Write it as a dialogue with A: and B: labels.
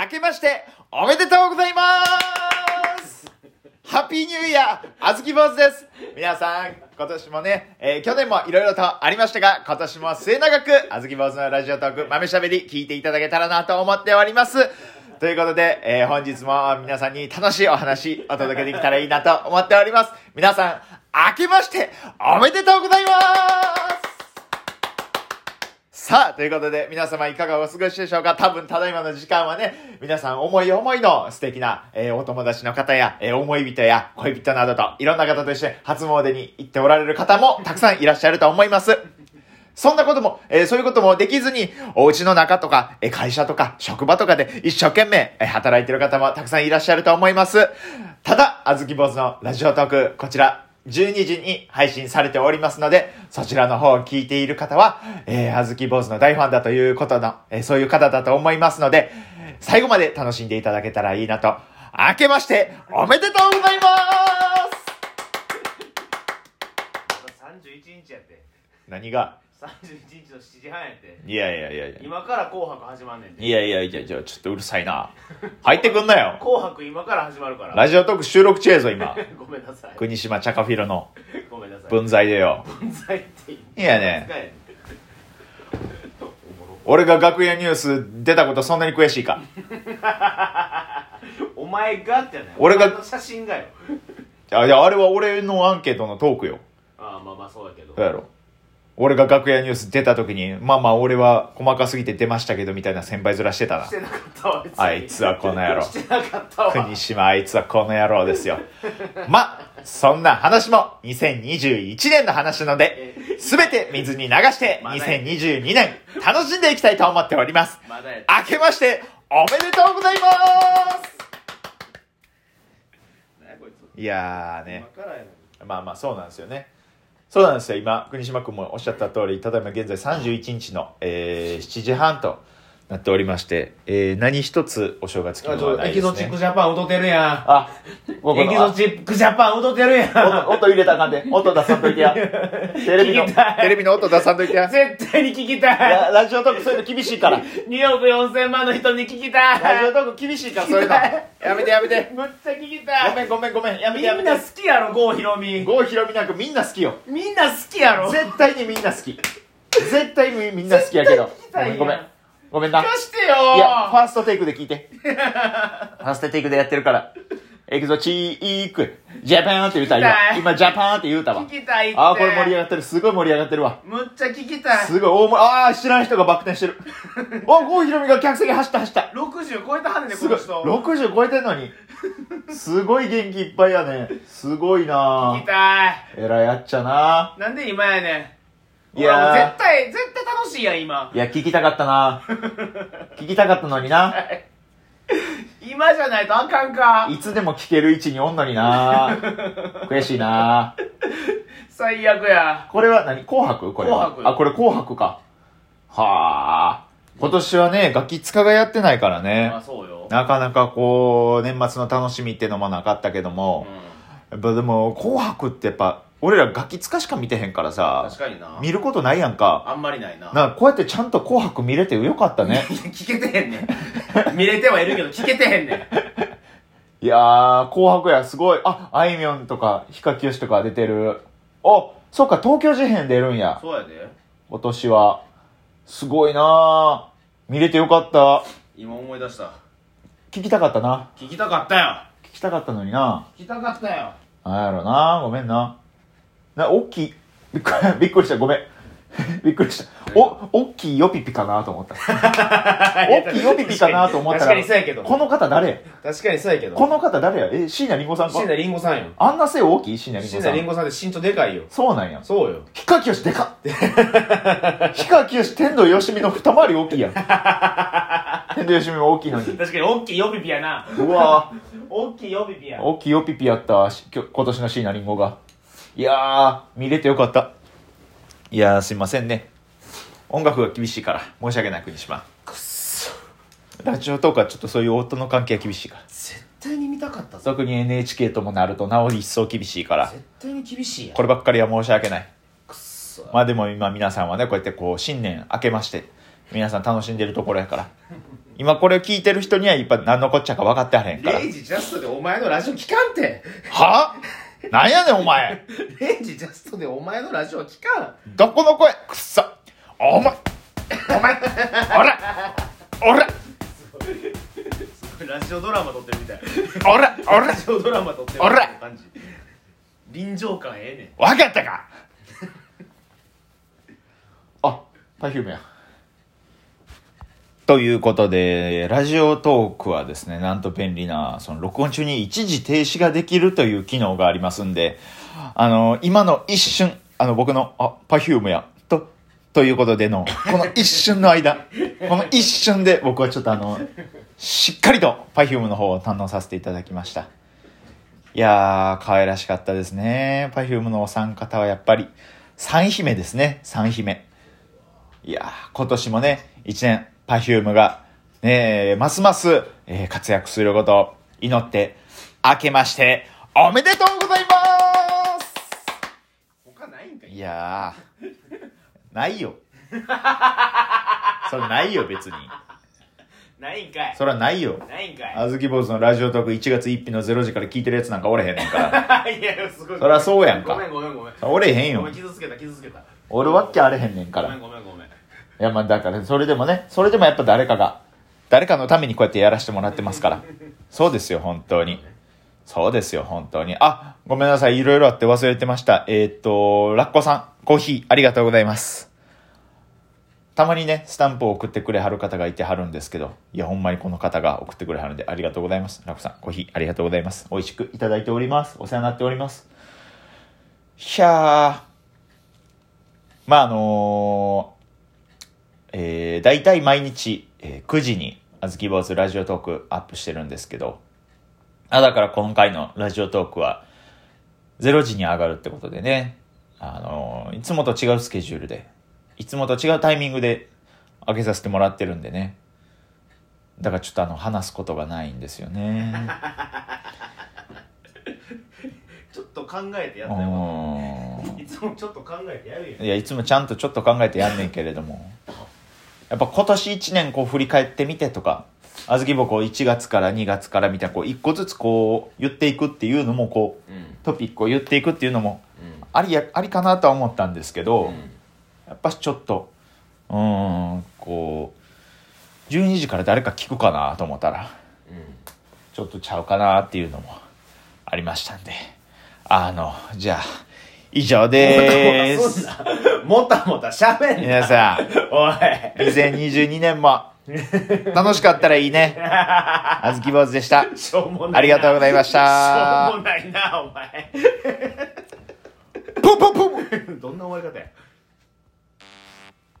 A: 明けましておめでとうございますハッピーニューイヤーあずき坊主です皆さん今年もね、えー去年もいろいろとありましたが今年も末永くあずき坊主のラジオトーク豆しゃべり聞いていただけたらなと思っておりますということで、えー本日も皆さんに楽しいお話お届けできたらいいなと思っております皆さん明けましておめでとうございますさあ、ということで、皆様いかがお過ごしでしょうか多分、ただいまの時間はね、皆さん思い思いの素敵な、えーお友達の方や、えー思い人や恋人などと、いろんな方と一緒に初詣に行っておられる方もたくさんいらっしゃると思います。そんなことも、えーそういうこともできずに、お家の中とか、えー会社とか、職場とかで一生懸命、えー働いてる方もたくさんいらっしゃると思います。ただ、あずき坊主のラジオトーク、こちら、12時に配信されておりますので、そちらの方を聞いている方は、えー、あずき坊主の大ファンだということの、えーそういう方だと思いますので、最後まで楽しんでいただけたらいいなと。明けまして、おめでとうございます
B: 31日やって
A: 何が
B: 31日の7時半やって
A: いやいやいやいや。
B: 今から紅白始まんねんて
A: いやいやいやいや、ちょっとうるさいな。入ってくんなよ。
B: 紅白今から始まるから
A: ラジオトーク収録中やぞ、今。
B: ごめんなさい
A: 国島チャカフィロの
B: ごめんなさい
A: 分際でよ。
B: 文在ってい
A: いやね
B: 使えん
A: 俺が楽屋ニュース出たことそんなに悔しいか。
B: お前がってない
A: 俺が
B: お前の写真がよ
A: あいや、あれは俺のアンケートのトークよ。
B: ああまあまあそうやけど
A: どうやろ俺が楽屋ニュース出た時に、まあまあ俺は細かすぎて出ましたけどみたいな先輩面してたな
B: し。てなかったわ別に
A: あいつはこの野郎
B: してなかったわ
A: 国島あいつはこの野郎ですよ。ま、そんな話も2021年の話なので、すべて水に流して2022年楽しんでいきたいと思っております。
B: まだやった
A: 明けましておめでとうございます
B: 何やこいつ
A: いやーね
B: 今。からやのに
A: まあまあそうなんですよねそうなんですよ今国島君もおっしゃった通りただいま現在31日の、えー7時半となっておりまして、えー何一つお正月気
B: あ
A: 分
B: ち
A: は
B: ょ
A: ない
B: エ
A: で
B: キ
A: す
B: ゾチック
A: ね
B: ジャパン踊ってるや
A: あ
B: んエキゾチックジャパン踊ってるやん
A: 音音入れたらあかんで音出さんといてやテレビの
B: 聞きたい
A: テレビの音出さんといてやい
B: 絶対に聞きたい
A: やラジオトークそういうの厳しいから
B: 2億4000万の人に聞きたい
A: ラジオトーク厳しいからそういうのやめてやめて
B: むっちゃ聞き
A: ご
B: たい
A: めんごめんごめんやめてやめ
B: みんな
A: て
B: 好きやろ郷ひろみ
A: 郷ひろみなんかみんな好きよ
B: みんな好きやろ
A: 絶対にみんな好き絶対にみんな好きやけど
B: 絶
A: ごめ
B: 対聞きたいやん
A: んごめんごめんな
B: 聞かしてよ
A: いや、ファーストテイクで聞いて。ファーストテイクでやってるから。エクゾチーク、ジャパンって言うた今
B: 聞きた。い
A: 今、ジャパンって言うたわ
B: 聞。きたいって
A: ああ、これ盛り上がってる。すごい盛り上がってるわ。
B: むっちゃ聞きたい
A: すごい大盛り、ああ、知らん人がバク転して る。お、郷ひろみが客席走った走った。
B: 60超えたはんねん
A: すご
B: この
A: い。
B: 人
A: 60超えてんのに。すごい元気いっぱいやね。すごいな
B: 聞きたい
A: えらいやっちゃな
B: なんで今やねん
A: いやー
B: 俺もう絶対絶対楽しいやん今
A: いや、聞きたかった な聞きたかったのにな。
B: 今じゃないとあかんか
A: いつでも聞ける位置におんのにな悔しいな
B: 最悪や
A: これは何紅白これは。
B: 紅白
A: あ、これ紅白か。はあ。今年はね、ガキ使がやってないからね
B: まあ。そうよ
A: なかなかこう、年末の楽しみってのもなかったけど
B: うん
A: も、やっぱでも、紅白ってやっぱ、俺らガキ使しか見てへんからさ
B: 確、かにな
A: 見ることないやんか。
B: あんまりないな
A: なんかこうやってちゃんと紅白見れてよかったね。
B: いや聞けてへんねん見れてはいるけど聞けてへんねん
A: いやー、紅白や、すごい。あ、あいみょんとか、ヒカキヨシとか出てる。あ、そっか、東京事変出るんや。
B: そうやで
A: 今年は。すごいなー見れてよかった。
B: 今思い出した
A: 聞きたかったな。
B: 聞きたかったよ
A: 聞きたかったのにな。
B: 聞きたかったよ
A: なんやろな。ごめんな。な、おっきい。びっくりび っくりした。ごめん。びっくりした。お、おっきいよぴぴかなと 思った。おっきいよぴぴかなと思ったら。
B: 確かに確かにそうやけど
A: この方誰
B: 確かにそうやけど
A: この方誰やえ、椎名林檎さん
B: 椎
A: か
B: 名林檎さんよ
A: あんな背大きい椎名林
B: 椎
A: 檎
B: 名
A: さ
B: 林
A: ん。
B: 檎さんって身長でかいよ
A: そうなんや。
B: そうよ
A: ヒカキヨシでかっヒカキヨシ、天童よしみの二回り大き いやん。天童よしみも大きいのに。
B: 確かに大きい予備ピやな
A: うわー。
B: 大きい予備ピや
A: 大きいよピピやったしきょ今年の椎名林檎がいやー見れてよかったいやーすいませんね音楽が厳しいから申し訳ない国島
B: くっそ
A: ラジオとかちょっとそういう音の関係は厳しいから
B: 絶対に見たかったぞ
A: 特に NHK ともなるとなお一層厳しいから
B: 絶対に厳しいや
A: こればっかりは申し訳ない
B: くっそ
A: まあでも今皆さんはねこうやってこう新年明けまして皆さん楽しんでるところやから今これを聞いてる人にはやっぱ何のこっちゃか分かってはれへんから
B: レイジジャストでお前のラジオ聞かんて。
A: はなんやねんお前
B: レイジジャストでお前のラジオ聞かん。
A: どこの声くっそお前お前おらおら
B: ラジオドラマ撮ってるみたい。
A: おらおら
B: ラジオドラマ撮ってるみ
A: お
B: た
A: ら
B: いな感じ。臨場感ええねん。
A: 分かったか あパフュームやということでラジオトークはですねなんと便利なその録音中に一時停止ができるという機能がありますんであの今の一瞬あの僕の「あパフュームや」とということでのこの一瞬の間この一瞬で僕はちょっとあのしっかりと Perfume の方を堪能させていただきましたいやー、可愛らしかったですね。Perfume のお三方はやっぱり、三姫ですね、三姫。いやー、今年もね、一年、Perfume が、ねえますます、えー活躍することを祈って、明けまして、おめでとうございます
B: 他ないんかい
A: いやー、ないよ。それないよ、別に。
B: ないんかい
A: それはないよ。
B: ないんか
A: あずき坊主のラジオトーク1月1日の0時から聞いてるやつなんかおれへんねんから。
B: い。いや、すごい。
A: そりゃそうやんか
B: ごめんごめんごめん。
A: おれへんよ
B: ごめん、。傷つけた、傷つけた。
A: 俺わっきあれへんねんか
B: ご
A: ら
B: めん。ごめんごめん。
A: いやまあだからそれでもねそれでもやっぱ誰かが誰かのためにこうやってやらせてもらってますからそうですよ本当にそうですよ本当にあごめんなさいいろいろあって忘れてましたえーっとラッコさんコーヒーありがとうございますたまにねスタンプを送ってくれはる方がいてはるんですけどいやほんまにこの方が送ってくれはるんでありがとうございますラッコさんコーヒーありがとうございます美味しくいただいておりますお世話になっておりますひゃーまああのーえー、大体毎日、えー9時に、あずき坊主ラジオトークアップしてるんですけど、あだから今回のラジオトークは、0時に上がるってことでね、あのーいつもと違うスケジュールで、いつもと違うタイミングで上げさせてもらってるんでね、だからちょっとあの、話すことがないんですよね。
B: ちょっと考えてや
A: う
B: ったよ。
A: ーん
B: いつもちょっと考えてやるよ。
A: いや、いつもちゃんとちょっと考えてやんねんけれども。やっぱ今年1年こう振り返ってみてとか、あずきぼこ1月から2月からみたいな、こう1個ずつこう言っていくっていうのも、こう、
B: うん。うん。
A: トピックを言っていくっていうのも、ありや、ありかなとは思ったんですけど、やっぱちょっと、うーん、こう、12時から誰か聞くかなと思ったら、ちょっとちゃうかなっていうのもありましたんで、あの、じゃあ、以上 でーす。
B: もたもたしゃべんな
A: 皆さん。
B: おい
A: 2022年も楽しかったらいいね。あずき坊主でした。
B: しょうもないな
A: ありがとうございまし
B: しょう
A: た。
B: もないなお前
A: ポンポンポン
B: どんな終わり方や